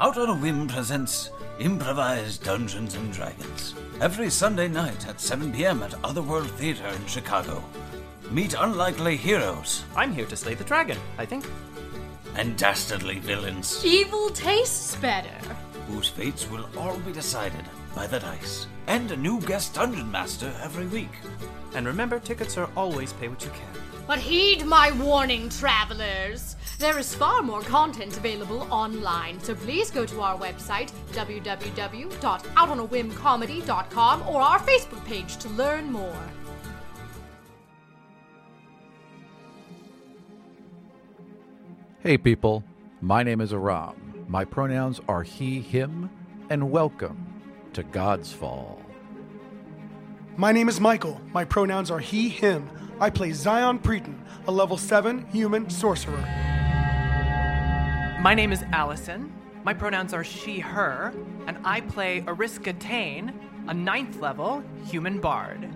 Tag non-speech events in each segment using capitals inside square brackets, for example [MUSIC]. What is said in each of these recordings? Out on a Whim presents improvised Dungeons and Dragons every Sunday night at 7 p.m. at Otherworld Theater in Chicago. Meet unlikely heroes I'm here to slay the dragon, I think. and dastardly villains Evil tastes better. whose fates will all be decided by the dice, and a new guest dungeon master every week. And remember, tickets are always pay what you can. But heed my warning, travelers. There is far more content available online, so please go to our website, www.outonawhimcomedy.com, or our Facebook page to learn more. Hey people, my name is Aram. My pronouns are he, him, and welcome to God's Fall. My name is Michael. My pronouns are he, him. I play Zion Preeton, a level 7 human sorcerer. My name is Allison. My pronouns are she, her, and I play Ariska Tane, a ninth level human bard.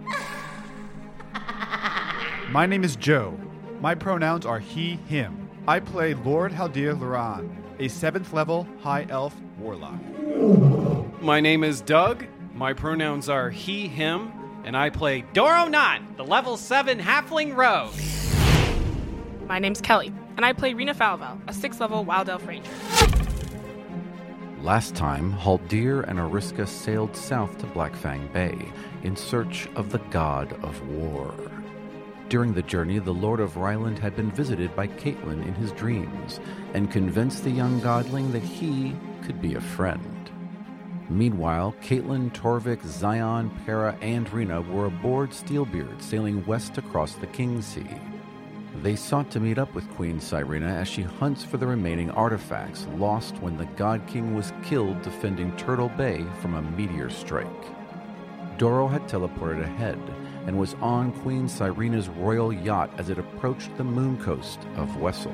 My name is Joe. My pronouns are he, him. I play Lord Haldir Loran, a seventh level high elf warlock. My name is Doug. My pronouns are he, him, and I play Doro Not, the level 7 halfling rogue. My name's Kelly, and I play Rena Falvel, a six level Wild Elf Ranger. Last time, Haldir and Ariska sailed south to Blackfang Bay in search of the god of war. During the journey, the Lord of Ryland had been visited by Caitlin in his dreams and convinced the young godling that he could be a friend. Meanwhile, Caitlin, Torvik, Zion, Para, and Rena were aboard Steelbeard sailing west across the King Sea. They sought to meet up with Queen Cyrena as she hunts for the remaining artifacts lost when the God King was killed defending Turtle Bay from a meteor strike. Doro had teleported ahead and was on Queen Cyrena's royal yacht as it approached the moon coast of Wessel.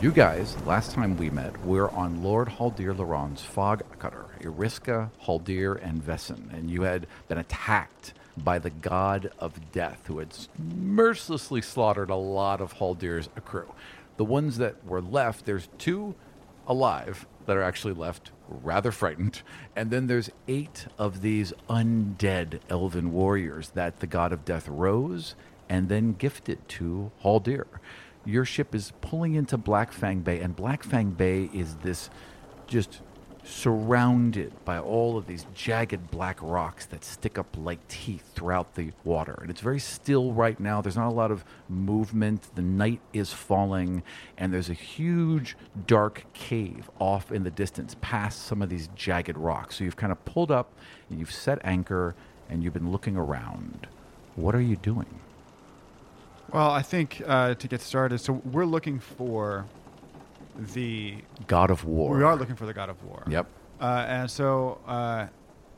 You guys, last time we met, were on Lord Haldir Laron's fog cutter, Iriska, Haldir, and Vesson, and you had been attacked by the god of death who had s- mercilessly slaughtered a lot of Haldir's crew. The ones that were left, there's two alive that are actually left rather frightened. And then there's eight of these undead elven warriors that the god of death rose and then gifted to Haldir. Your ship is pulling into Black Fang Bay, and Black Fang Bay is this just surrounded by all of these jagged black rocks that stick up like teeth throughout the water. And it's very still right now. There's not a lot of movement. The night is falling, and there's a huge dark cave off in the distance past some of these jagged rocks. So you've kind of pulled up, and you've set anchor, and you've been looking around. What are you doing? Well, I think uh, to get started, so we're looking for the God of War. We are looking for the God of War. Yep. Uh, and so uh,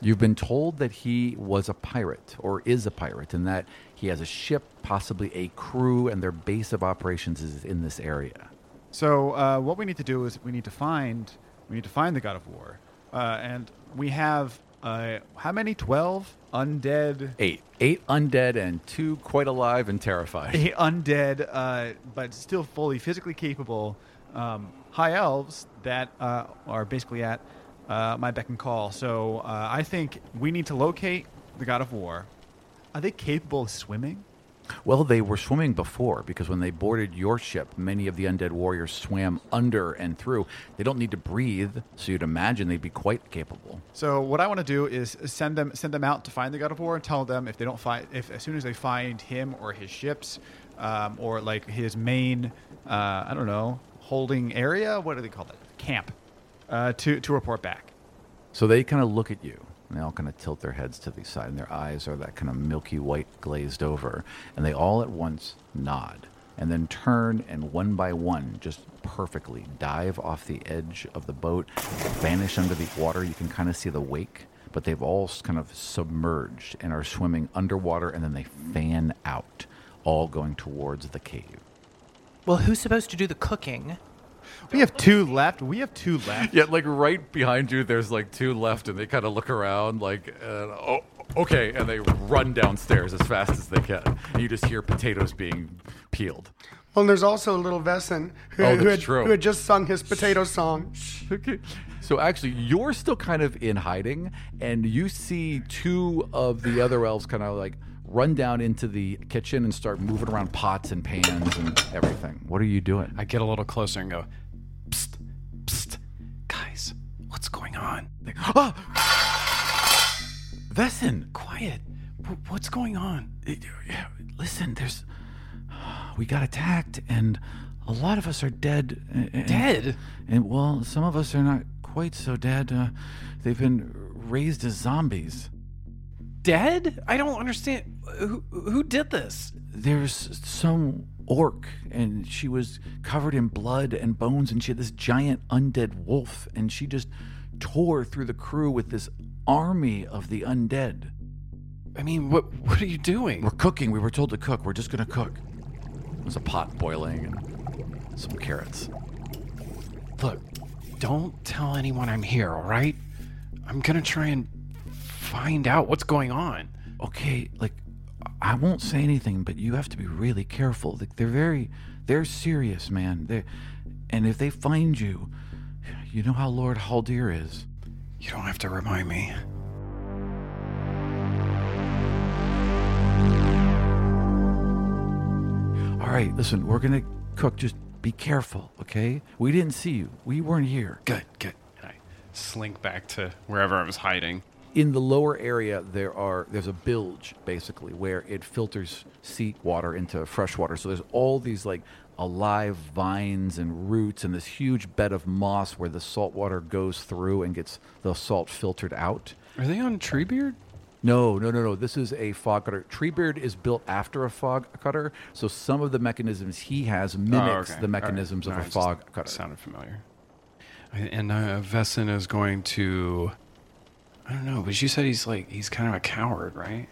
You've been told that he was a pirate or is a pirate and that he has a ship, possibly a crew, and their base of operations is in this area. So uh, what we need to do is we need to find we need to find the god of war, uh, and we have uh, how many? Twelve undead. Eight. Eight undead and two quite alive and terrified. Eight undead, uh, but still fully physically capable um, high elves that uh, are basically at uh, my beck and call. So uh, I think we need to locate the god of war. Are they capable of swimming? Well, they were swimming before because when they boarded your ship, many of the undead warriors swam under and through. They don't need to breathe, so you'd imagine they'd be quite capable. So what I want to do is send them send them out to find the god of war and tell them if they don't find if as soon as they find him or his ships um, or like his main uh, I don't know holding area what do they call that camp uh, to to report back. So they kind of look at you, and they all kind of tilt their heads to the side, and their eyes are that kind of milky white glazed over, and they all at once nod, and then turn and one by one, just perfectly dive off the edge of the boat, vanish under the water. You can kind of see the wake, but they've all s- kind of submerged and are swimming underwater, and then they fan out, all going towards the cave. Well, who's supposed to do the cooking? We have two left. We have two left. Yet, like right behind you, there's like two left, and they kind of look around, like, uh, oh, okay, and they run downstairs as fast as they can. And you just hear potatoes being peeled. Well, and there's also little Vesson who, Oh, who, that's had, true. who had just sung his potato song. [LAUGHS] So actually, you're still kind of in hiding, and you see two of the other elves kind of like run down into the kitchen and start moving around pots and pans and everything. What are you doing? I get a little closer and go, psst, psst, guys, what's going on? They- Ah! Vessin, Quiet. Wh- What's going on? it- yeah, listen, there's we got attacked, and a lot of us are dead. a- a- Dead? And well, some of us are not quite so dead. Uh, they've been raised as zombies. Dead? I don't understand. Who, who did this? there's some orc and she was covered in blood and bones and she had this giant undead wolf and she just tore through the crew with this army of the undead. I mean, what what are you doing? We're cooking. We were told to cook. We're just going to cook. There's a pot boiling and some carrots. Look, don't tell anyone I'm here, all right? I'm gonna try and find out what's going on. Okay, like I won't say anything, but you have to be really careful. Like they're very they're serious, man. They and if they find you, you know how Lord Haldir is. You don't have to remind me. All right, listen, we're gonna cook. Just be careful, okay? We didn't see you. We weren't here. Good, good. And I slink back to wherever I was hiding. In the lower area, there are there's a bilge basically where it filters sea water into fresh water. So there's all these like alive vines and roots and this huge bed of moss where the salt water goes through and gets the salt filtered out. Are they on Treebeard? No, no, no, no. This is a fog cutter. Treebeard is built after a fog cutter, so some of the mechanisms he has mimics Oh, okay. the mechanisms All right. of No, a it fog just cutter. Sounded familiar. And uh, Vessin is going to. I don't know, but you said he's like he's kind of a coward, right?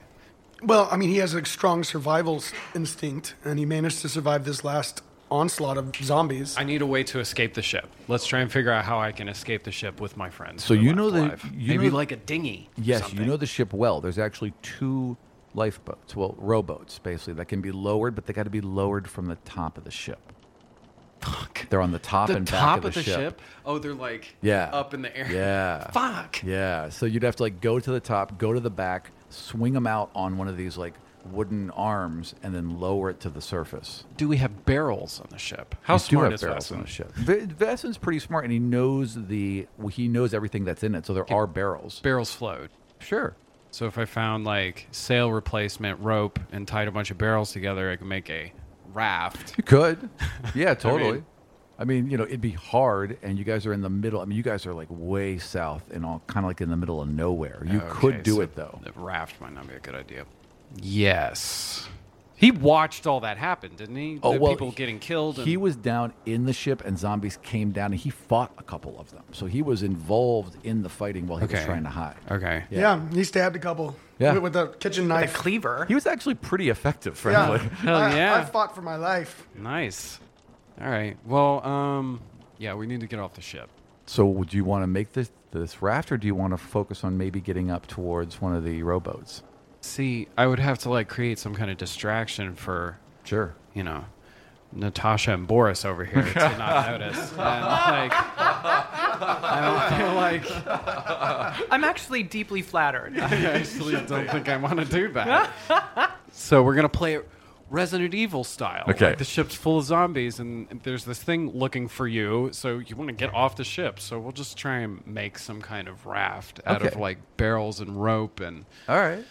Well, I mean, he has a strong survival s- instinct, and he managed to survive this last onslaught of zombies. I need a way to escape the ship. Let's try and figure out how I can escape the ship with my friends. So who are you know left that- alive. you maybe know- like a dinghy. or Yes, something. you know the ship well. There's actually two lifeboats, well, rowboats, basically, that can be lowered, but they got to be lowered from the top of the ship. Fuck. They're on the top the and back top of the, ship. Oh, they're like Yeah. up in the air. [LAUGHS] Yeah. Fuck. Yeah. So you'd have to like go to the top, go to the back, swing them out on one of these like wooden arms and then lower it to the surface. Do we have barrels on the ship? How You do smart have is barrels on Vasson? the ship? V- Vassen's pretty smart, and he knows the well, he knows everything that's in it. So there are barrels. Barrels float. Sure. So if I found like sail replacement rope and tied a bunch of barrels together, I could make a raft. You [LAUGHS] could. Yeah, I totally. mean- I mean, you know, it'd be hard, and you guys are in the middle. I mean, you guys are like way south and all kind of like in the middle of nowhere. You Okay, could do so it though. The raft might not be a good idea. Yes. He watched all that happen, didn't he? the people getting killed. And Oh, He was down in the ship, and zombies came down, and he fought a couple of them. So he was involved in the fighting while he was Okay. trying to hide. Okay. Yeah. he stabbed a couple. Yeah. With, with a kitchen knife. cleaver. He was actually pretty effective, frankly. [LAUGHS] Hell I, yeah. I fought for my life. Nice. All right. Well, um, yeah, we need to get off the ship. So, would you want to make this this raft, or do you want to focus on maybe getting up towards one of the rowboats? See, I would have to like create some kind of distraction for, Sure. you know, Natasha and Boris over here to [LAUGHS] not notice. And, like, I don't feel like I'm actually deeply flattered. I actually [LAUGHS] don't think I want to do that. so we're gonna play it Resident Evil style. Okay. Like the ship's full of zombies, and there's this thing looking for you. So you want to get off the ship. So we'll just try and make some kind of raft out of Okay. like barrels and rope and All right.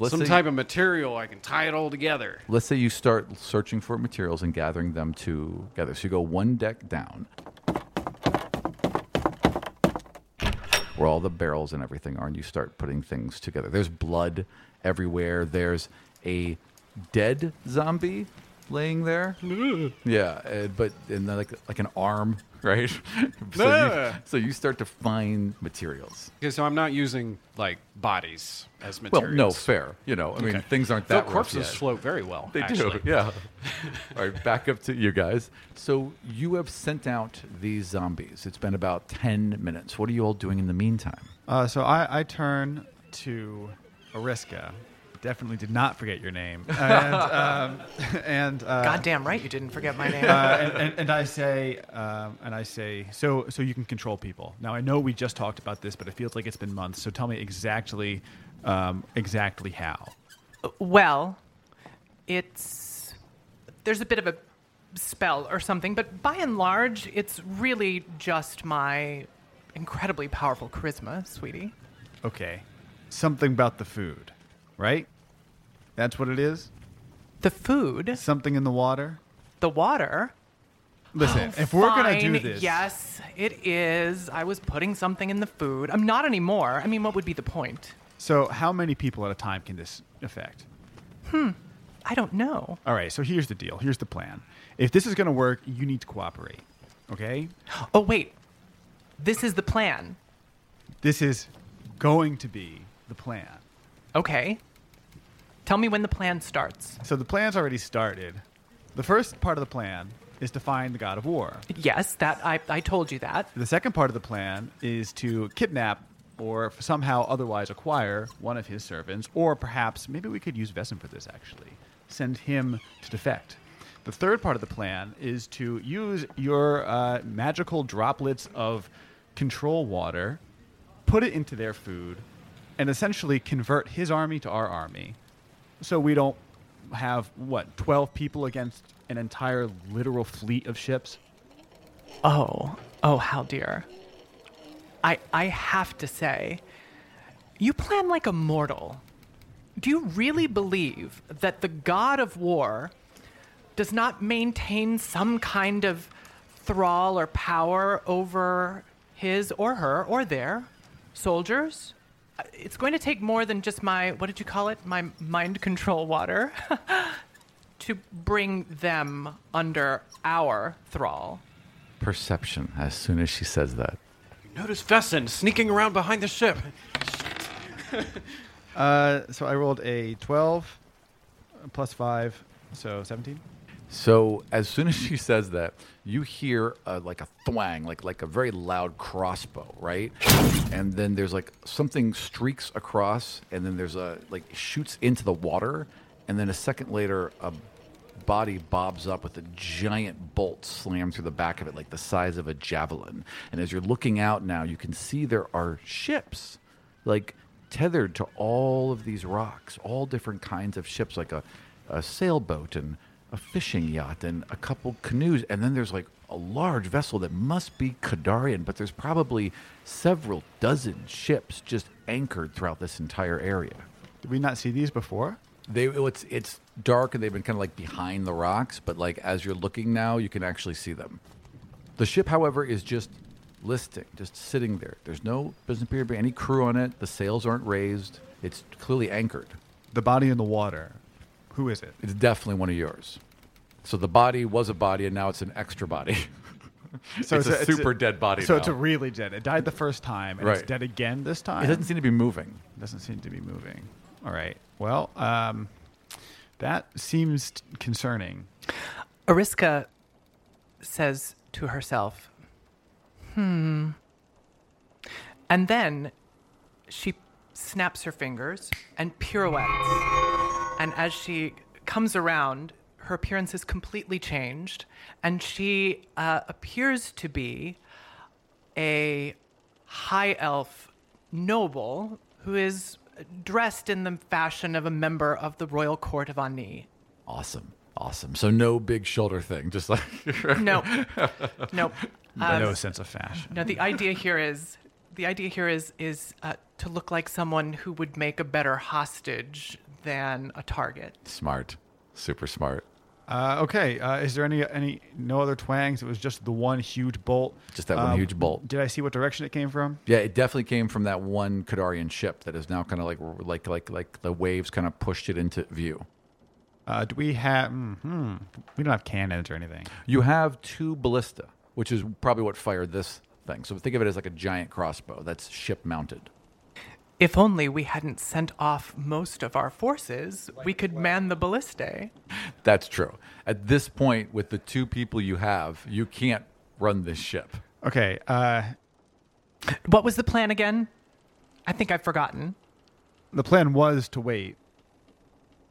Let's some say, type of material. I can tie it all together. Let's say you start searching for materials and gathering them together. So you go one deck down, where all the barrels and everything are, and you start putting things together. There's blood everywhere. There's a dead zombie laying [LAUGHS] there. yeah, uh, but and then like like an arm, [LAUGHS] right? so, you, Ah. so you start to find materials. Okay, so I'm not using like bodies as Well, materials. no, fair. You know, I mean, Okay. things aren't Though that rough corpses yet. float very well. They actually. do, [LAUGHS] yeah. All right, back up to you guys. So you have sent out these zombies. It's been about 10 minutes. What are you all doing in the meantime? Uh, so I, I turn to Ariska. Definitely did not forget [LAUGHS] your name. And, um, [LAUGHS] and uh, Goddamn right, you didn't forget my name. uh, and, and, and I say, um, and I say, so so you can control people. Now I know we just talked about this, but it feels like it's been months. So tell me exactly, um, exactly how. Well, it's there's a bit of a spell or something, but by and large, it's really just my incredibly powerful charisma, sweetie. Okay, something about the food, right? That's what it is. The food, Something in the water. the water. Listen, Oh. if we're gonna do Fine, this, yes, it is. I was putting something in the food. I'm not anymore. I mean, what would be the point? So how many people at a time can this affect? I don't know. All right, so here's the deal. Here's the plan. If this is going to work, you need to cooperate. Okay? Oh wait, this is the plan. This is going to be the plan. Okay, tell me when the plan starts. So the plan's already started. The first part of the plan is to find the god of war. Yes, that I, I told you that. The second part of the plan is to kidnap or somehow otherwise acquire one of his servants, or perhaps maybe we could use Vesson for this actually. Send him to defect. The third part of the plan is to use your uh, magical droplets of control water, put it into their food, and essentially convert his army to our army. So we don't have, what, 12 people against an entire literal fleet of ships? Oh, oh, how dear. I I have to say, you plan like a mortal. Do you really believe that the god of war does not maintain some kind of thrall or power over his or her or their soldiers? Uh, It's going to take more than just my what did you call it? My mind control water [LAUGHS] to bring them under our thrall. Perception, as soon as she says that. Notice Vesson sneaking around behind the ship. Uh, so I rolled a 12 uh, plus 5, so 17. So as soon as [LAUGHS] she says that, you hear uh, like a thwang, like like a very loud crossbow, right? And then there's like something streaks across, and then there's a like shoots into the water, and then a second later, a body bobs up with a giant bolt slammed through the back of it, like the size of a javelin. And as you're looking out now, you can see there are ships like tethered to all of these rocks, all different kinds of ships, like a, a sailboat and a fishing yacht and a couple canoes. And then there's like a large vessel that must be Kadarian, but there's probably several dozen ships just anchored throughout this entire area. Did we not see these before? They well, it's it's dark and they've been kind of like behind the rocks, but like as you're looking now, you can actually see them. The ship, however, is just listing, just sitting there. There's no doesn't appear to be any crew on it. The sails aren't raised. It's clearly anchored. The body in the water. Who is it? It's definitely one of yours. So the body was a body, and now it's an extra body. [LAUGHS] so it's, a super dead body. So now. it's a really dead. It died the first time, and Right. it's dead again this time. it doesn't seem to be moving. doesn't seem to be moving. All right. Well, um, that seems t- concerning. Ariska says to herself, hmm. And then she snaps her fingers and pirouettes. And as she comes around, her appearance is completely changed. And she uh, appears to be a high elf noble who is dressed in the fashion of a member of the royal court of Ani. Awesome, awesome. So no big shoulder thing, just like [LAUGHS] No, [LAUGHS] no. Um, no sense of fashion. No, the idea here is the idea here is is uh, to look like someone who would make a better hostage than a target. smart, super smart. Uh, okay. Uh, is there any any no other twangs? It was just the one huge bolt. Just that one Uh, huge bolt. Did I see what direction it came from? Yeah, it definitely came from that one Kadarian ship that is now kind of like like like like the waves kind of pushed it into view. Uh, do we have? hmm we don't have cannons or anything. You have two ballista, which is probably what fired this thing. So think of it as like a giant crossbow that's ship mounted. If only we hadn't sent off most of our forces, we could man the ballistae. That's true. At this point, with the two people you have, you can't run this ship. Okay. Uh, What was the plan again? I think I've forgotten. the plan was to wait.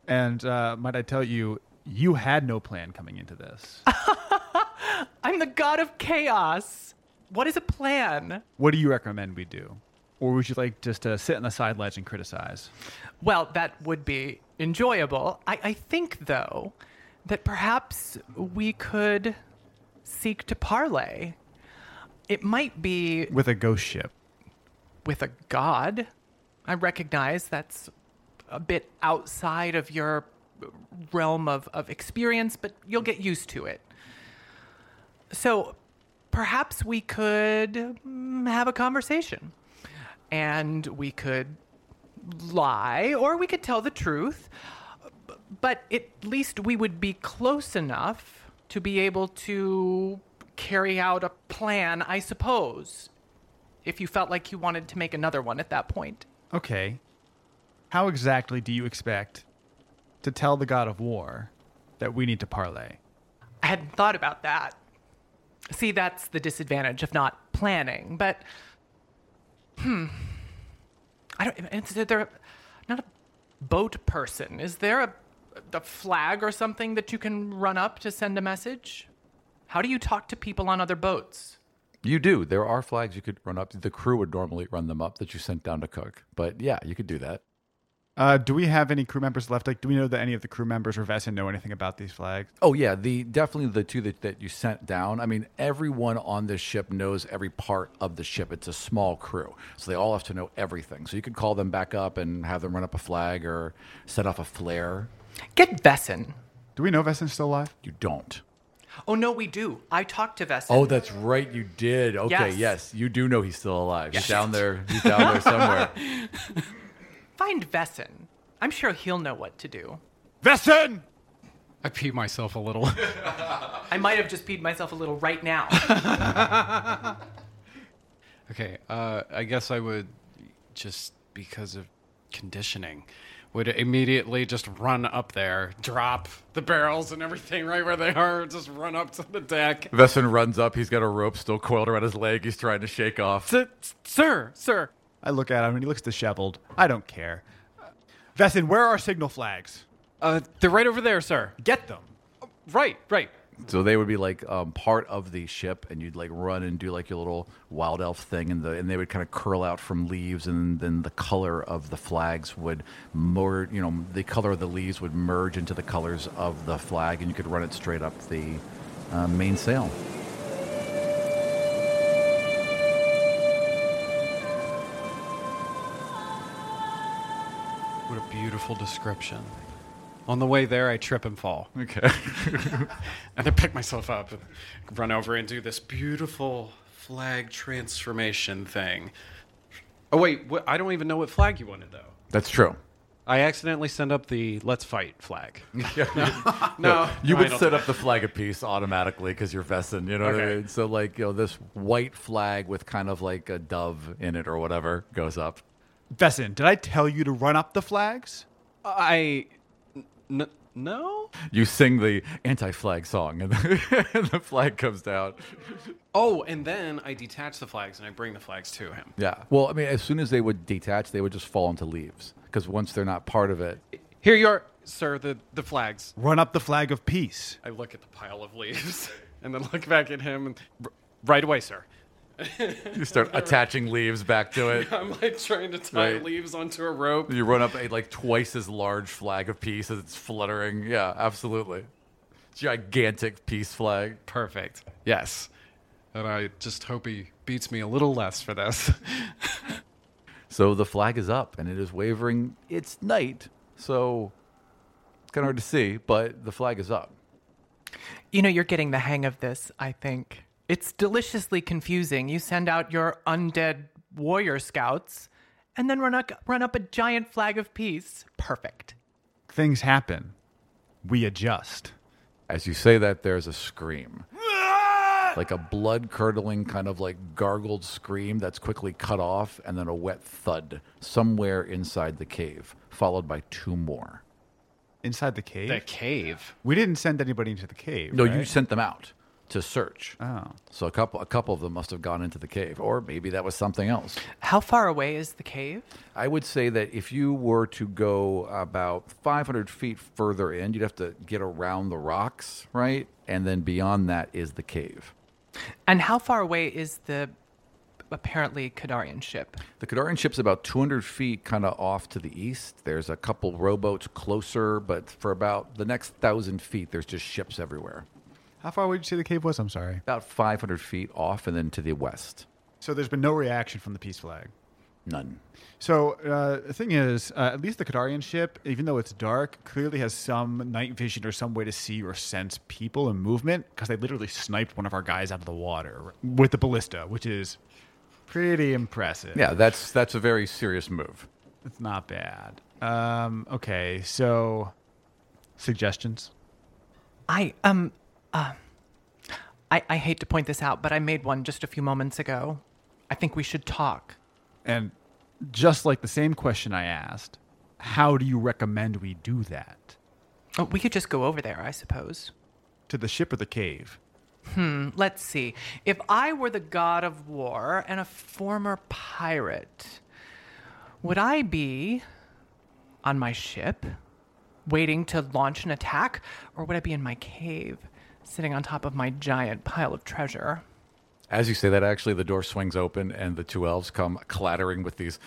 And uh, might I tell you, you had no plan coming into this. I'm the god of chaos. What is a plan? what do you recommend we do? Or would you like just to sit on the sidelines and criticize? Well, that would be enjoyable. I, I think, though, that perhaps we could seek to parlay. It might be With a ghost ship. with a god. I recognize that's a bit outside of your realm of, of experience, but you'll get used to it. So perhaps we could mm, have a conversation and we could lie or we could tell the truth, b- but at least we would be close enough to be able to carry out a plan, I suppose, if you felt like you wanted to make another one at that point. Okay. How exactly do you expect to tell the god of war that we need to parlay? I hadn't thought about that. See, that's the disadvantage of not planning, but hmm. I don't it's there I'm not a boat person. Is there a a flag or something that you can run up to send a message? How do you talk to people on other boats? You do. There are flags you could run up. The crew would normally run them up that you sent down to cook. But yeah, you could do that. Uh, do we have any crew members left? Like, do we know that any of the crew members or Vessin know anything about these flags? Oh yeah, the definitely the two that, that you sent down. I mean, everyone on this ship knows every part of the ship. It's a small crew, so they all have to know everything. So you could call them back up and have them run up a flag or set off a flare. Get Vessin. Do we know Vessin's still alive? You don't. Oh no, we do. I talked to Vessin. Oh, that's right, you did. Okay, yes, Yes. you do know he's still alive. He's down there. He's down there somewhere. Find Vessin. I'm sure he'll know what to do. Vessin! I pee myself a little. [LAUGHS] I might have just peed myself a little right now. okay, uh, I guess I would just because of conditioning would immediately just run up there, drop the barrels and everything right where they are, just run up to the deck. Vesson runs up. He's got a rope still coiled around his leg. He's trying to shake off. S- Sir, sir, I look at him and he looks disheveled. I don't care. Vessin, Uh, where are signal flags? uh, they're right over there, sir. Get them. Right, right. So they would be like um, part of the ship, and you'd like run and do like your little wild elf thing, and the and they would kind of curl out from leaves, and then the color of the flags would merge. You know, the color of the leaves would merge into the colors of the flag, and you could run it straight up the uh, mainsail. What a beautiful description. On the way there, I trip and fall. Okay. [LAUGHS] and I pick myself up and run over and do this beautiful flag transformation thing. Oh, wait. What, I don't even know what flag you wanted, though. That's true. I accidentally sent up the let's fight [LAUGHS] flag. [LAUGHS] no, you I would don't. set up the flag of peace automatically because you're Vessin. You know what I Okay. mean? So like, you know, this white flag with kind of like a dove in it or whatever goes up. Vessin, did I tell you to run up the flags? I. N- no? You sing the anti-flag song, and [LAUGHS] the, and the flag comes down. Oh, and then I detach the flags and I bring the flags to him. Yeah. Well, I mean, as soon as they would detach, they would just fall into leaves because once they're not part of it, Here you are, sir, the, the flags. Run up the flag of peace. I look at the pile of leaves [LAUGHS] and then look back at him and "R- right away, sir. you start attaching leaves back to it. I'm like trying to tie Right. leaves onto a rope. You run up a like twice as large flag of peace as it's fluttering. Yeah, absolutely. Gigantic peace flag. Perfect. Yes. And I just hope he beats me a little less [LAUGHS] for this. So the flag is up and it is wavering. It's night, so it's kind of hard to see, but the flag is up. You know, you're getting the hang of this, I think. It's deliciously confusing. You send out your undead warrior scouts and then run up, run up a giant flag of peace. Perfect. Things happen. We adjust. As you say that, there's a scream. Like a blood curdling, kind of like gargled scream that's quickly cut off, and then a wet thud somewhere inside the cave, followed by two more. Inside the cave? The cave. We didn't send anybody into the cave. No, you right? sent them out to search. Oh. So a couple, a couple of them must have gone into the cave, or maybe that was something else. How far away is the cave? I would say that if you were to go about 500 feet further in, you'd have to get around the rocks, right? And then beyond that is the cave. And how far away is the apparently Kadarian ship? The Kadarian ship's about 200 feet kind of off to the east. There's a couple rowboats closer, but for about the next thousand feet, there's just ships everywhere. How far would you say the cave was? I'm sorry. About 500 feet off and then to the west. So there's been no reaction from the peace flag. None. So uh, the thing is, uh, at least the Kadarian ship, even though it's dark, clearly has some night vision or some way to see or sense people and movement because they literally sniped one of our guys out of the water with the ballista, which is pretty impressive. Yeah, that's that's a very serious move. It's not bad. Um, okay, so suggestions. I um uh, I I hate to point this out, but I made one just a few moments ago. I think we should talk. And just like the same question I asked, how do you recommend we do that? Oh, we could just go over there, I suppose. To the ship or the cave? Hmm, let's see. If I were the god of war and a former pirate, would I be on my ship waiting to launch an attack or would I be in my cave sitting on top of my giant pile of treasure? As you say that, actually, the door swings open and the two elves come clattering with these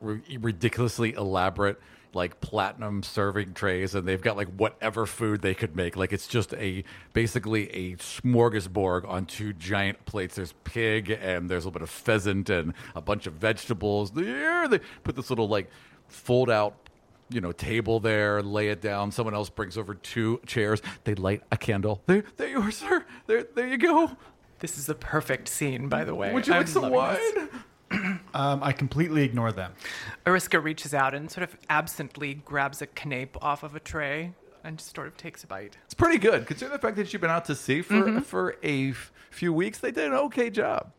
ri- ridiculously elaborate, like platinum serving trays, and they've got like whatever food they could make. Like it's just a basically a smorgasbord on two giant plates. There's pig and there's a little bit of pheasant and a bunch of vegetables. There, they put this little like fold out you know, table there, lay it down. Someone else brings over two chairs. They light a candle. There, there you are, sir. There, there you go. This is the perfect scene, by the way. Would you I'm like some loving wine? this. Um, I completely ignore them. Ariska reaches out and sort of absently grabs a canape off of a tray and just sort of takes a bite. It's pretty good, considering the fact that you've been out to sea for Mm-hmm. for a f- few weeks. They did an okay job.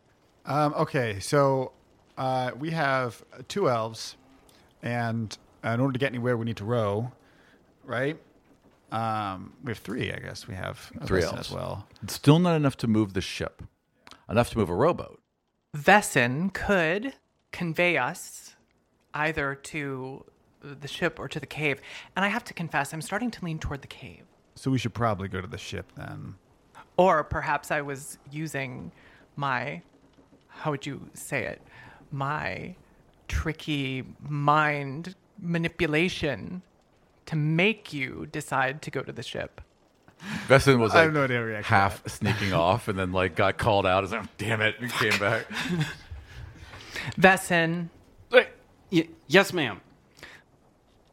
Um, okay, so uh, we have two elves, and uh, in order to get anywhere, we need to row, right? Um, we have three, I guess. We have a Three person elves as well. Still not enough to move the ship. Enough to move a rowboat. Vessin could convey us either to the ship or to the cave. And I have to confess, I'm starting to lean toward the cave. So we should probably go to the ship then. Or perhaps I was using my, how would you say it? My tricky mind manipulation to make you decide to go to the ship. Vestin was I like have no idea how to react to half sneaking off and then like got called out as like, damn it, and came back. Vessin. yes, ma'am.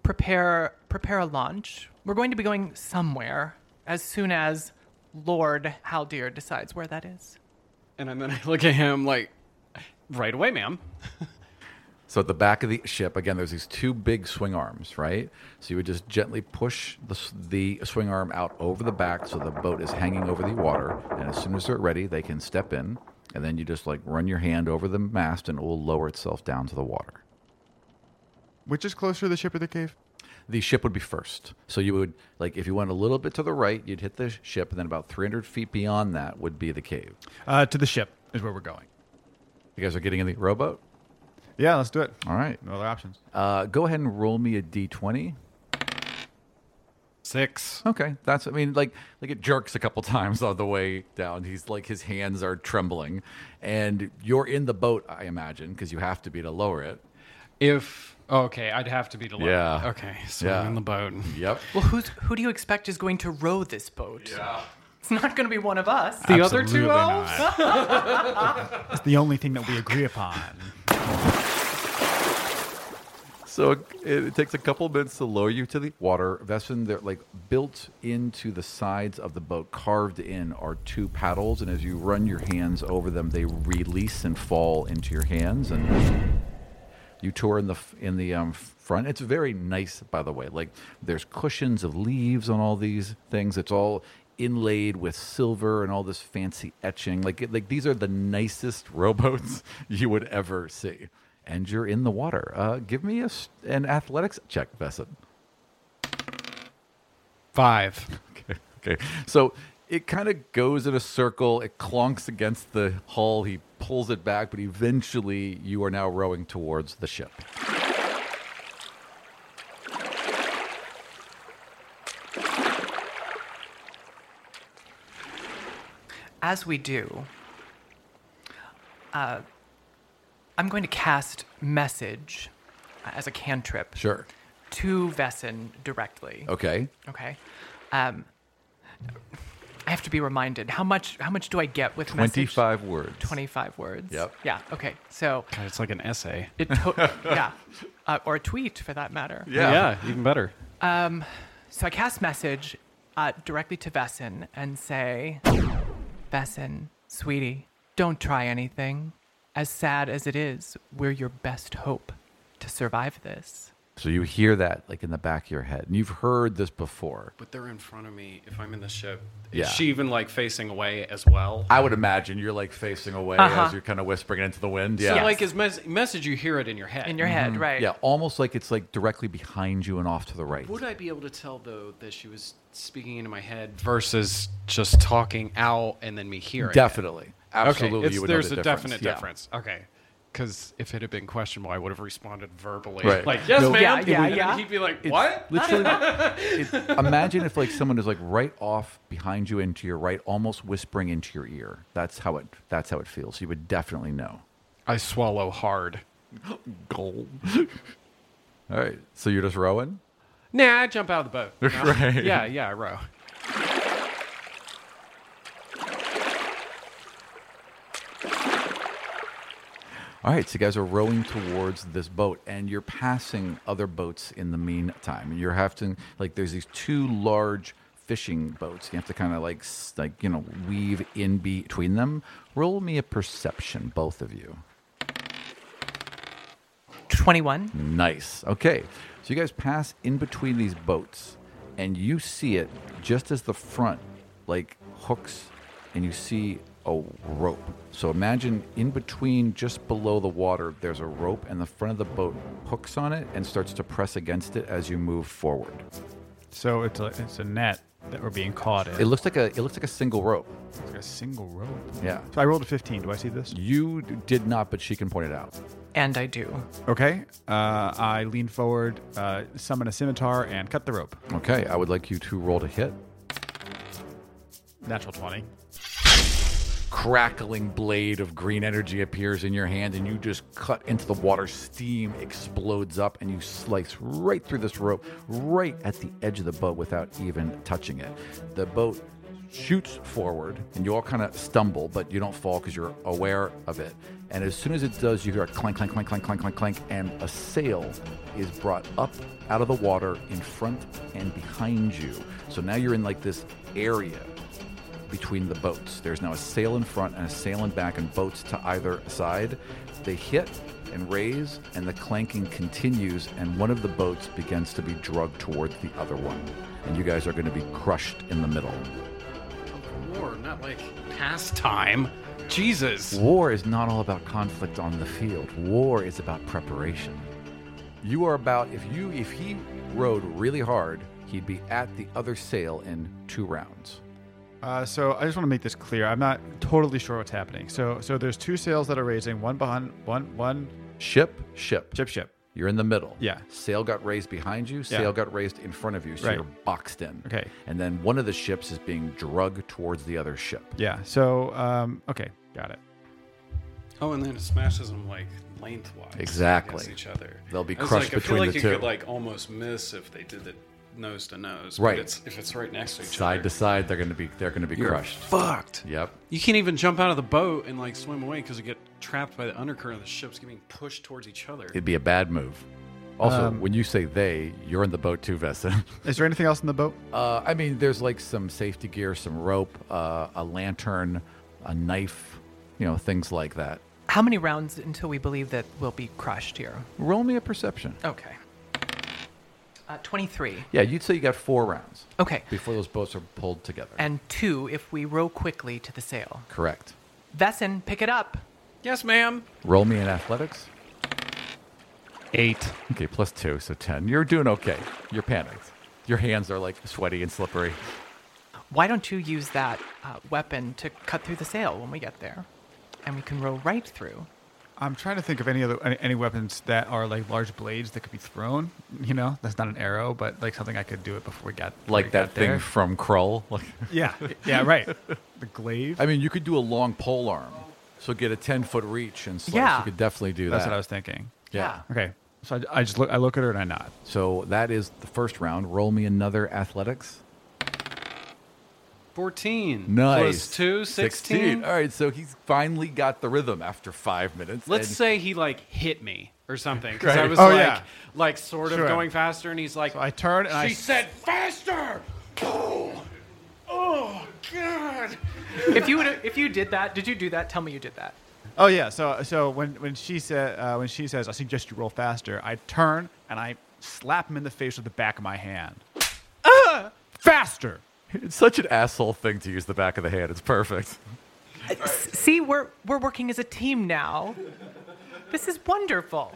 Prepare prepare a launch. We're going to be going somewhere as soon as Lord Haldir decides where that is. And I'm gonna [LAUGHS] look at him like, right away, ma'am. So at the back of the ship, again, there's these two big swing arms, right? So you would just gently push the, s- the swing arm out over the back so the boat is hanging over the water. And as soon as they're ready, they can step in. And then you just like run your hand over the mast and it will lower itself down to the water. Which is closer to the ship or the cave? The ship would be first. So you would, like, if you went a little bit to the right, you'd hit the ship. And then about 300 feet beyond that would be the cave. Uh, to the ship is where we're going. You guys are getting in the rowboat? Yeah, let's do it. All right. No other options. Uh, go ahead and roll me a d20. Six. Okay, that's. I mean, like, like it jerks a couple [LAUGHS] times on the way down. He's like his hands are trembling, and you're in the boat, I imagine, because you have to be to lower it. If okay, I'd have to be to lower. Yeah. Okay, so I'm in the boat. Yep. Well, who's who do you expect is going to row this boat? Yeah. It's not going to be one of us. The other two Absolutely not. elves? That's the only thing that we agree upon. So it, it takes a couple minutes to lower you to the water. Vestin, they're like built into the sides of the boat, carved in, are two paddles, and as you run your hands over them, they release and fall into your hands. And you tour in the f- in the um, front. It's very nice, by the way. Like there's cushions of leaves on all these things. It's all inlaid with silver and all this fancy etching. Like it- like these are the nicest [LAUGHS] rowboats you would ever see. And you're in the water. Uh, give me a, s- an athletics check, Vesson. Five. okay. Okay. So it kind of goes in a circle. It clonks against the hull. He pulls it back, but eventually you are now rowing towards the ship. As we do, uh, I'm going to cast message uh, as a cantrip. Sure. To Vessin directly. Okay. Okay. Um, I have to be reminded how much how much do I get with message? 25 words. 25 words. Yep. Yeah. Okay. So God, it's like an essay. it [LAUGHS] to- yeah, uh, or a tweet for that matter. yeah, even better. Um, so I cast message uh, directly to Vessin and say, Vessin, sweetie, don't try anything. As sad as it is, we're your best hope to survive this. So you hear that like in the back of your head, and you've heard this before. But they're in front of me. If I'm in the ship, is Yeah. she even like facing away as well? I would imagine you're like facing away Uh-huh. as you're kind of whispering into the wind. So Yeah, like his mes- message, you hear it in your head. In your head, Mhm. right. Yeah, almost like it's like directly behind you and off to the right. Would I be able to tell though that she was speaking into my head versus just talking out and then me hearing? it? Definitely. Absolutely, Okay, it's- you would know there's the a difference. definite Yeah. difference. Okay. Because if it had been questionable, I would have responded verbally, Right. like "Yes, No, Yeah, ma'am." yeah, and then yeah. He'd be like, It's "What?" [LAUGHS] literally- Imagine if like someone is like right off behind you and to your right, almost whispering into your ear. That's how it. That's how it feels. You would definitely know. I swallow hard. Gold. [LAUGHS] All right, so you're just rowing. Nah, I jump out of the [LAUGHS] boat. you know? Right. Yeah, yeah, I row. All right, so you guys are rowing towards this boat, and you're passing other boats in the meantime. You're having like there's these two large fishing boats. You have to kind of like s- like you know weave in between them. Roll me a perception, both of you. 21. Nice. Okay. So you guys pass in between these boats and you see it just as the front like hooks and you see a rope. So imagine in between just below the water there's a rope and the front of the boat hooks on it and starts to press against it as you move forward. So it's a, it's a net that we're being caught in. It looks like a it looks like a single rope. It's like a single rope. Yeah. So I rolled a 15. Do I see this? You d- did not but she can point it out. And I do. Okay. Uh, I lean forward, uh, summon a scimitar, and cut the rope. Okay, I would like you to roll to hit. Natural 20. crackling blade of green energy appears in your hand, and you just cut into the water. Steam explodes up, and you slice right through this rope, right at the edge of the boat without even touching it. The boat shoots forward, and you all kind of stumble, but you don't fall because you're aware of it. And as soon as it does, you hear a clank, clank, clank, clank, clank, clank, clank, and a sail is brought up out of the water in front and behind you. So now you're in like this area between the boats. There's now a sail in front and a sail in back, and boats to either side. They hit and raise, and the clanking continues, and one of the boats begins to be dragged towards the other one. And you guys are going to be crushed in the middle. War, not like pastime. Jesus. War is not all about conflict on the field. War is about preparation. You are about if you if he rowed really hard, he'd be at the other sail in two rounds. Uh, so I just want to make this clear. I'm not totally sure what's happening. So so there's two sails that are raising. One behind one one. Ship, ship, ship, ship. You're in the middle. Yeah. Sail got raised behind you. Sail Yeah. got raised in front of you. So Right. you're boxed in. Okay. And then one of the ships is being drugged towards the other ship. Yeah. So um, okay, got it. Oh, and then it smashes them like lengthwise. Exactly. against each other. They'll be I was crushed like, between I feel like the you two. could like almost miss if they did it nose to nose. Right. But it's, if it's right next to each Side to side, they're gonna be they're gonna be You're crushed. fucked. Yep. other, you can't even jump out of the boat and like swim away because you get trapped by the undercurrent of the ship's getting pushed towards each other. It'd be a bad move. Also, Um, when you say they, you're in the boat too, Vesa. [LAUGHS] Is there anything else in the boat? Uh, I mean, there's like some safety gear, some rope, uh, a lantern, a knife, you know, things like that. How many rounds until we believe that we'll be crushed here? Roll me a perception. Okay. Uh, 23. Yeah, you'd say you got four rounds. Okay. Before those boats are pulled together. And two if we row quickly to the sail. Correct. Vessin, pick it up. Yes, ma'am. Roll me in athletics. Eight. Okay, plus two, so ten. You're doing okay. You're panicked. Your hands are like sweaty and slippery. Why don't you use that uh, weapon to cut through the sail when we get there? And we can row right through. I'm trying to think of any other any, any weapons that are like large blades that could be thrown. You know, that's not an arrow, but like something I could do it before we got before Like we that got thing there. from Krull. Like, [LAUGHS] Yeah, yeah, right. The glaive. I mean, you could do a long pole arm. So get a 10 foot reach and slice. Yeah. You could definitely do that. That's what I was thinking. Yeah. Okay. So I, I just look. I look at her and I nod. So that is the first round. Roll me another athletics. Fourteen. Nice. Plus two, 16. All right, so he's finally got the rhythm after five minutes. Let's and- say he like hit me or something because I Right. was Oh, like, yeah. like sort of Sure. going faster, and he's like, I turn and I- she said faster. Boom. Oh God. if you would, if you did that, did you do that? Tell me you did that. Oh yeah. So so when when she said uh, when she says I suggest you roll faster, I turn and I slap him in the face with the back of my hand. Uh. Faster. It's such an asshole thing to use the back of the hand. It's perfect. See, we're we're working as a team now. This is wonderful.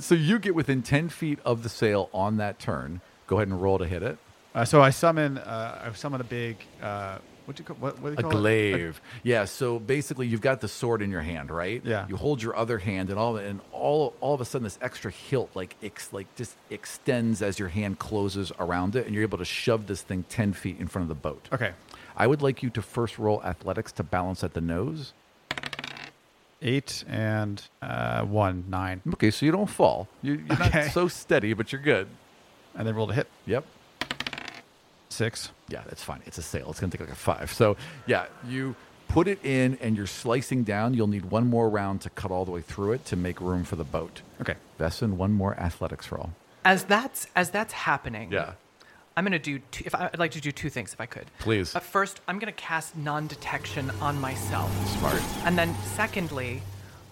So you get within 10 feet of the sail on that turn. Go ahead and roll to hit it. Uh, so I summon uh, I summon a big uh, what do you call what, what do you A call it? glaive. Yeah, so basically you've got the sword in your hand, right? Yeah. You hold your other hand and all and all all of a sudden this extra hilt like ex, like just extends as your hand closes around it and you're able to shove this thing 10 feet in front of the boat. Okay. I would like you to first roll athletics to balance at the nose. Eight and uh, one nine. Okay, so you don't fall. You, you're Okay. not so steady, but you're good. And then roll to hit. Yep. Six. Yeah, that's fine. It's a sale. It's going to take like a five. So, yeah, you put it in and you're slicing down. You'll need one more round to cut all the way through it to make room for the boat. Okay. Vesson, one more athletics roll. As that's as that's happening. Yeah. I'm gonna do. Two, if I, I'd like to do two things, if I could. Please. Uh, first, I'm gonna cast non-detection on myself. Smart. And then, secondly,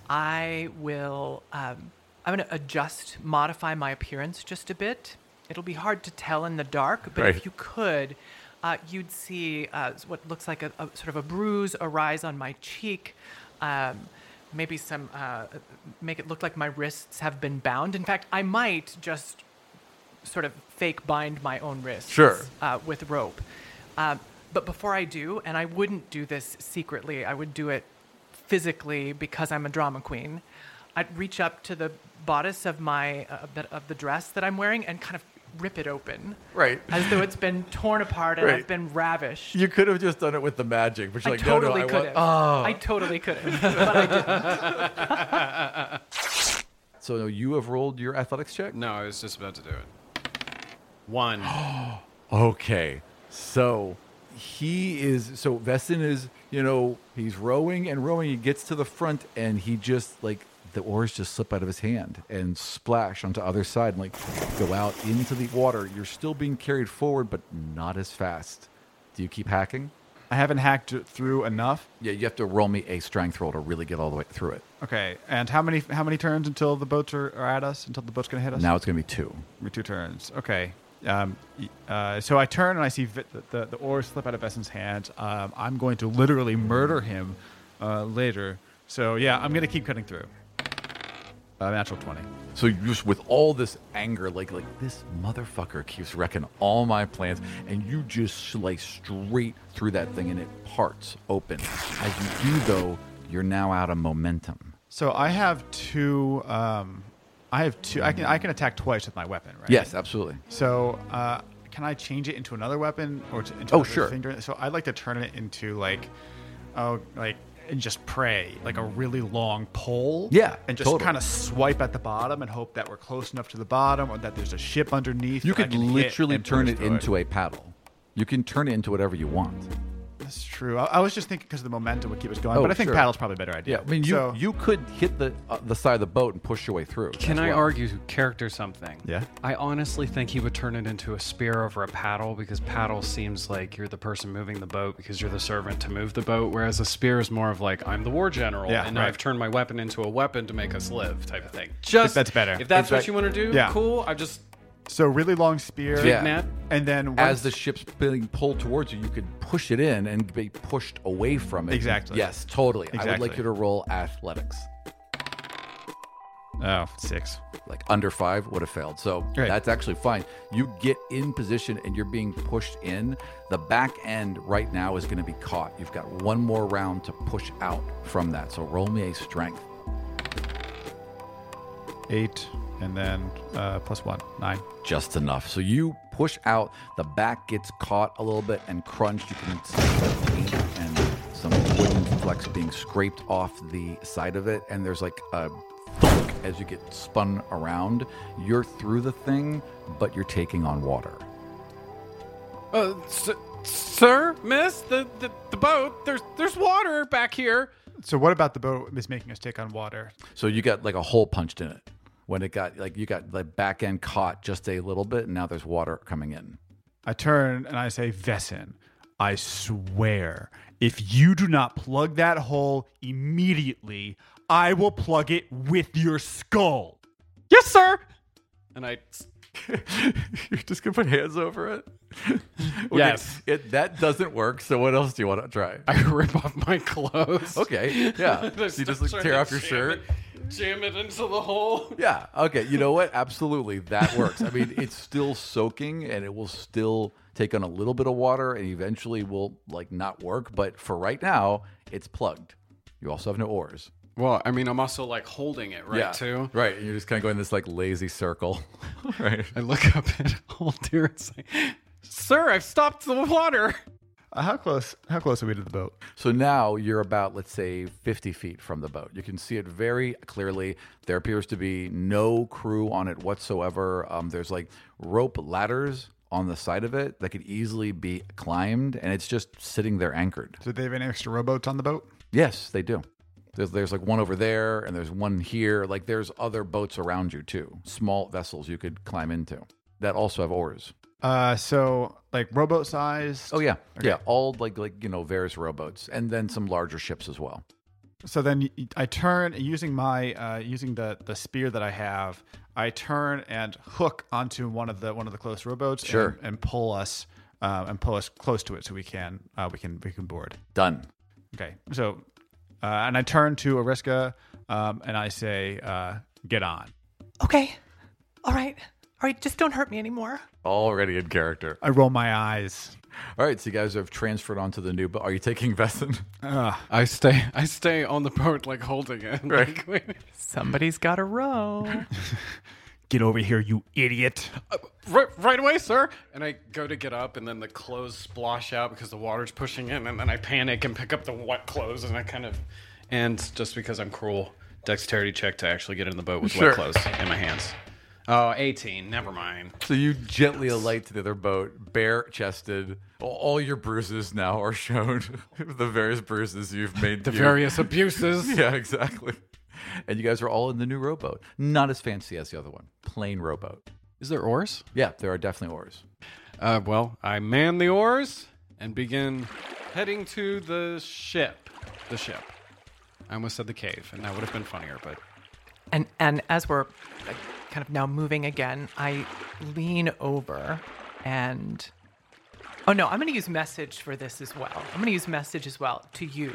I will. Um, I'm gonna adjust, modify my appearance just a bit. It'll be hard to tell in the dark, but Right. if you could, uh, you'd see uh, what looks like a, a sort of a bruise arise on my cheek. Um, maybe some uh, make it look like my wrists have been bound. In fact, I might just sort of fake bind my own wrists Sure. uh, with rope. Um, but before I do, and I wouldn't do this secretly, I would do it physically because I'm a drama queen. I'd reach up to the bodice of my uh, of the- of the dress that I'm wearing and kind of rip it open. Right. As though it's been torn apart and I've Right. been ravished. [LAUGHS] You could have just done it with the magic, but I you're like, totally no, no, I could want. have. Oh. I totally could have, but I didn't. so you have rolled your athletics check? [LAUGHS] No, I was just about to do it. [GASPS] One. Okay. So he is so Vestin is, you know, he's rowing and rowing, he gets to the front and he just like the oars just slip out of his hand and splash onto other side and like go out into the water. You're still being carried forward, but not as fast. Do you keep hacking? I haven't hacked it through enough. Yeah, you have to roll me a strength roll to really get all the way through it. Okay, and how many how many turns until the boats are, are at us? Until the boat's gonna hit us? Now it's gonna be two. Be two turns. Okay. Um, y- uh, so I turn and I see Vi- the, the the oar slip out of Vessin's hand. Um, I'm going to literally murder him uh, later. So yeah, I'm gonna keep cutting through. Uh, natural twenty. So you just with all this anger, like like this motherfucker keeps wrecking all my plans, and you just slice straight through that thing, and it parts open. As you do, though, you're now out of momentum. So I have two. Um, I have two. I can I can attack twice with my weapon, right? Yes, absolutely. So uh, can I change it into another weapon or to, into Oh, another sure. thing during- So I'd like to turn it into like, oh, like and just pray like a really long pole. Yeah, and just totally. kind of swipe at the bottom and hope that we're close enough to the bottom or that there's a ship underneath. You that I could can hit literally and turn push it through into a paddle. You can turn it into whatever you want. That's true. I, I was just thinking because the momentum would keep us going, Oh, but I think sure. paddle's probably a better idea. Yeah, I mean, you So- you could hit the uh, the side of the boat and push your way through. Can as I well. argue character something? Yeah. I honestly think he would turn it into a spear over a paddle because paddle seems like you're the person moving the boat because you're the servant to move the boat, whereas a spear is more of like I'm the war general Yeah, and right. I've turned my weapon into a weapon to make us live type of thing. Just that's better. If that's Exact- what you want to do, Yeah. cool. I just So really long spear. Yeah. And then as once- the ship's being pulled towards you, you could push it in and be pushed away from it. Exactly. Yes, totally. I would Exactly. like you to roll athletics. Oh, six. Like under five would have failed. So Right. that's actually fine. You get in position and you're being pushed in. The back end right now is going to be caught. You've got one more round to push out from that. So roll me a strength. eight, and then uh, plus one, nine. Just enough. So you push out. The back gets caught a little bit and crunched. You can see some paint and some wooden flecks being scraped off the side of it. And there's like a thunk as you get spun around. You're through the thing, but you're taking on water. Uh, s- sir, miss, the, the the boat. There's there's water back here. So what about the boat is making us take on water? So you got like a hole punched in it when it got like you got the back end caught just a little bit, and now there's water coming [LAUGHS] in. I turn and I say, Vessin, I swear, if you do not plug that hole immediately, I will plug it with your skull. Yes, sir. [LAUGHS] And I You're just gonna put hands over it. Yes. it, that doesn't work. So what else do you want to try? I [LAUGHS] rip off my clothes. [LAUGHS] Okay, yeah. Just you just like, trying tear to off your jam shirt. it- jam it into the hole. [LAUGHS] Yeah. Okay. You know what? Absolutely, that works. I mean, it's still soaking, and it will still take on a little bit of water, and eventually will like not work. But for right now, it's plugged. You also have no oars. Well, I mean, I'm also like holding it, right? yeah. Too. Right. and You're just kind of going this like lazy circle. [LAUGHS] right. I look [LAUGHS] up at old dear and say, "Sir, I've stopped the water." Uh, how close? How close are we to the boat? So now you're about, let's say, 50 feet from the boat. You can see it very clearly. There appears to be no crew on it whatsoever. Um, there's like rope ladders on the side of it that could easily be climbed, and it's just sitting there anchored. Do they have any extra rowboats on the boat? Yes, they do. There's, there's like one over there, and there's one here. Like there's other boats around you too, small vessels you could climb into that also have oars. Uh, so like rowboat size. Oh yeah, yeah, all like like you know various rowboats, and then some larger ships as well. So then y- I turn using my uh, using the the spear that I have. I turn and hook onto one of the one of the close rowboats. Sure. And, and pull us uh, and pull us close to it so we can uh, we can we can board. Done. Okay. So uh, and I turn to Ariska um, and I say, uh, "Get on." okay. All right. All right. Just don't hurt me anymore. Already in character. I roll my eyes. All right, so you guys have transferred onto the new. But are you taking [LAUGHS] Vessin? I stay. I stay on the boat, like holding it. [LAUGHS] Right. Like, wait. Somebody's got to row. Get over here, you idiot. Right, right away, sir. And I go to get up, and then the clothes splosh out because the water's pushing in, and then I panic and pick up the wet clothes, and I kind of, and just because I'm cruel, dexterity check to actually get in the boat with Sure. wet clothes in my hands. Oh, 18. Never mind. So you gently alight to the other boat, bare chested. All your bruises now are shown. [LAUGHS] the various bruises you've made. The to you. various [LAUGHS] abuses. yeah, exactly. And you guys are all in the new rowboat. Not as fancy as the other one. Plain rowboat. Is there oars? Yeah, there are definitely oars. Uh, well, I man the oars and begin heading to the ship. The ship. I almost said the cave, and that would have been funnier, but And and as we're like, kind of now moving again, I lean over and oh no, I'm going to use message for this as well. I'm going to use message as well to you,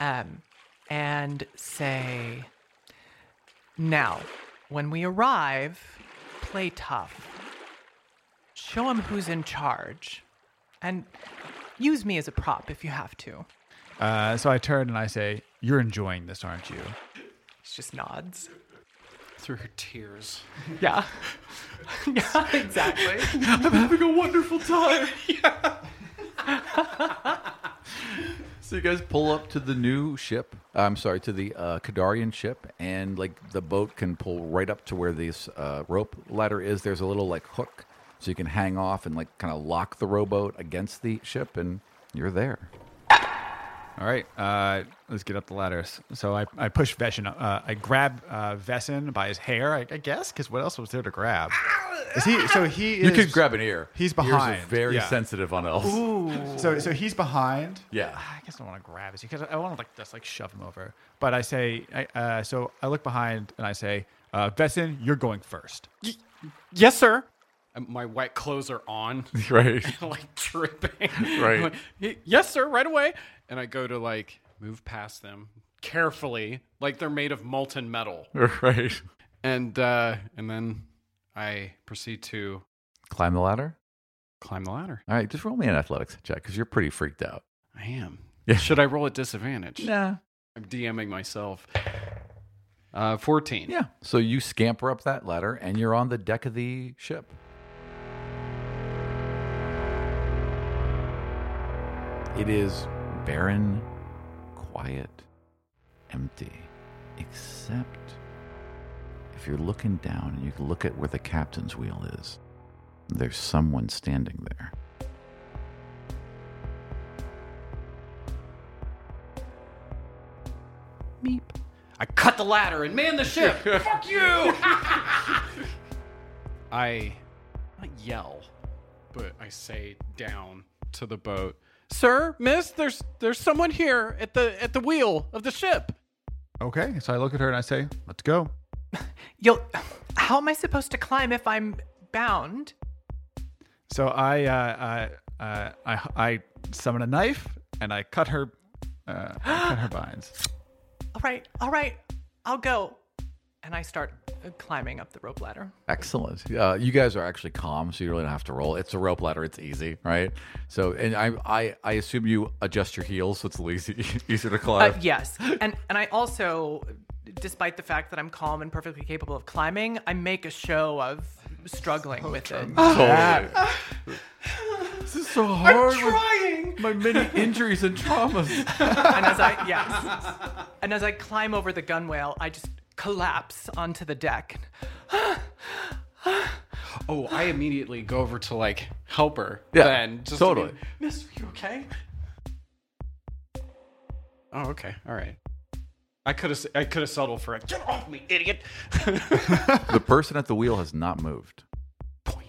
um, and say now when we arrive, play tough. Show them who's in charge, and use me as a prop if you have to. Uh, so I turn and I say, "You're enjoying this, aren't you?" She just nods. through her tears. [LAUGHS] Yeah. yeah, exactly. [LAUGHS] I'm having a wonderful time. So you guys pull up to the new ship. I'm sorry, to the uh, Kadarian ship, and like the boat can pull right up to where this uh, rope ladder is. There's a little like hook, so you can hang off and like kind of lock the rowboat against the ship, and you're there. All right, uh, let's get up the ladder. S- So I, I push Vessin. Uh, I grab uh, Vessin by his hair, I, I guess, because what else was there to grab? Is he? So he. Is, You could grab an ear. He's Ears are behind. very sensitive on elves. Ooh. So so he's behind. Yeah. [LAUGHS] I guess I don't want to grab his because I want to like just like shove him over. But I say, I, uh, so I look behind and I say, uh, Vessin, you're going first. Yes, sir. Um, My wet clothes are on. [LAUGHS] Right. [LAUGHS] like dripping. Right. I'm like, "Y- yes, sir, right away. And I go to like move past them carefully, like they're made of molten metal. Right. And uh and then I proceed to Climb the ladder. climb the ladder. All right, just roll me an athletics check because you're pretty freaked out. I am. Yeah. Should I roll at disadvantage? Nah. I'm DMing myself. Uh 14. Yeah. So you scamper up that ladder, and you're on the deck of the ship. It is barren, quiet, empty, except if you're looking down and you can look at where the captain's wheel is, there's someone standing there. I cut the ladder and man the ship. [LAUGHS] Fuck you. I not yell, but I say down to the boat. Sir, miss, there's there's someone here at the at the wheel of the ship. Okay. So I look at her and I say, let's go. You'll. How am I supposed to climb if I'm bound? So I uh, uh, uh, I I summon a knife and I cut her uh, [GASPS] I cut her binds. All right, all right, I'll go. And I start uh, climbing up the rope ladder. Excellent. Uh, you guys are actually calm, so you really don't have to roll. It's a rope ladder; it's easy, right? So, and I, I, I assume you adjust your heels, so it's a little easy, [LAUGHS] easier to Uh, climb. yes, and and I also, despite the fact that I'm calm and perfectly capable of climbing, I make a show of struggling with it. Uh, Totally. [LAUGHS] this is so hard. with My many injuries and traumas. and as I [LAUGHS] yes, and as I climb over the gunwale, I just collapse onto the deck. [GASPS] Oh, I immediately go over to like help her. Yeah, then, just to totally. be- Miss, are you okay? Oh, okay. All right. I could have I could have settled for a get off me, idiot. [LAUGHS] the person at the wheel has not moved. Point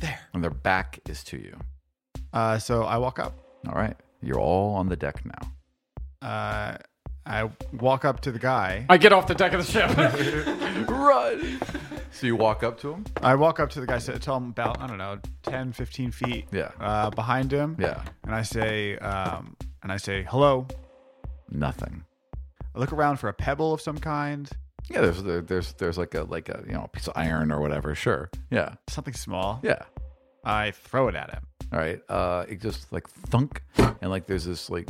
there, and their back is to you. Uh, so I walk up. All right, you're all on the deck now. Uh, I walk up to the guy. I get off the deck of the ship. Run. [LAUGHS] So you walk up to him. [LAUGHS] I walk up to the guy, so tell him about, I don't know, 10, 15 feet Yeah. uh, behind him. Yeah. And I say, um, and I say, hello. Nothing. I look around for a pebble of some kind. Yeah, there's there- there's there's like a like a you know piece of iron or whatever. Sure. Yeah. Something small. Yeah. I throw it at him. All right. Uh, it just like thunk, and like there's this like,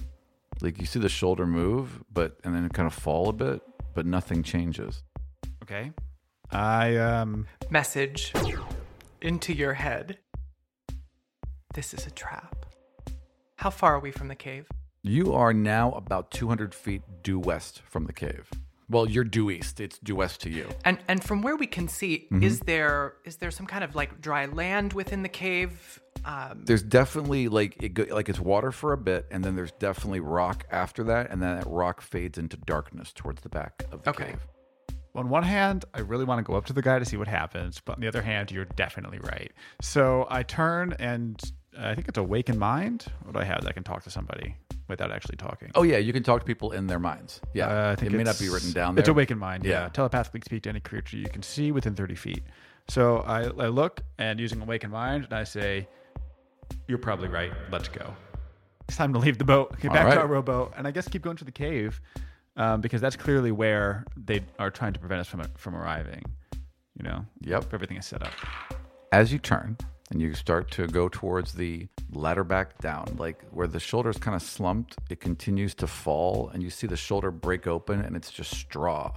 like you see the shoulder move, but and then it kind of fall a bit, but nothing changes. Okay. I um message into your head. This is a trap. How far are we from the cave? You are now about 200 feet due west from the cave. Well, you're due east. It's due west to you. And and from where we can see, Mhm. is there is there some kind of like dry land within the cave? Um, There's definitely like it go, like it's water for a bit, and then there's definitely rock after that, and then that rock fades into darkness towards the back of the cave. on one hand, I really want to go up to the guy to see what happens, but on the other hand, you're definitely right. So I turn and uh, I think it's awaken mind. What do I have that can talk to somebody without actually talking? Oh yeah, you can talk to people in their minds. Yeah, Uh, I think it may not it's- be written down. It's there. awaken mind. Yeah. telepathically speak to any creature you can see within thirty feet. So I, I look and using awaken mind, and I say, "You're probably right. Let's go." It's time to leave the boat. Get All back right. to our rowboat, and I guess keep going to the cave um, because that's clearly where they are trying to prevent us from from arriving. You know. Yep. Everything is set up. As you turn and you start to go towards the ladder back down, like where the shoulder's kind of slumped, it continues to fall, and you see the shoulder break open, and it's just straw.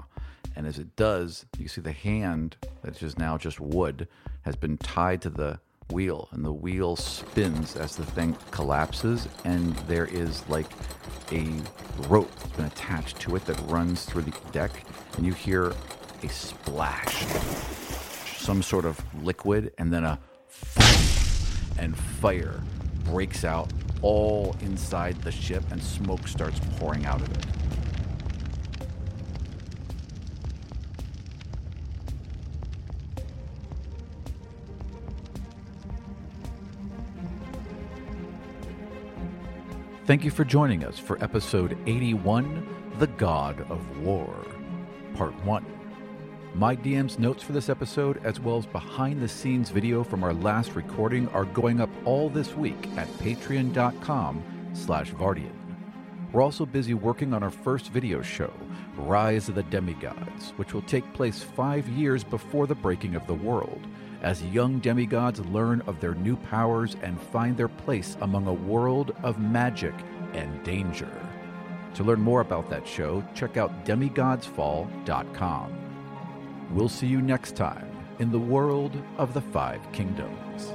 And as it does, you see the hand that is now just wood has been tied to the wheel, and the wheel spins as the thing collapses, and there is like a rope that's been attached to it that runs through the deck, and you hear a splash some sort of liquid and then a fire, and fire breaks out all inside the ship and smoke starts pouring out of it. Thank you for joining us for episode 81 The God of War, Part 1. My DM's notes for this episode, as well as behind the scenes video from our last recording, are going up all this week at patreon.com slash Vardian. We're also busy working on our first video show, Rise of the Demigods, which will take place five years before the breaking of the world, as young demigods learn of their new powers and find their place among a world of magic and danger. To learn more about that show, check out demigodsfall.com. We'll see you next time in the world of the Five Kingdoms.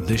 This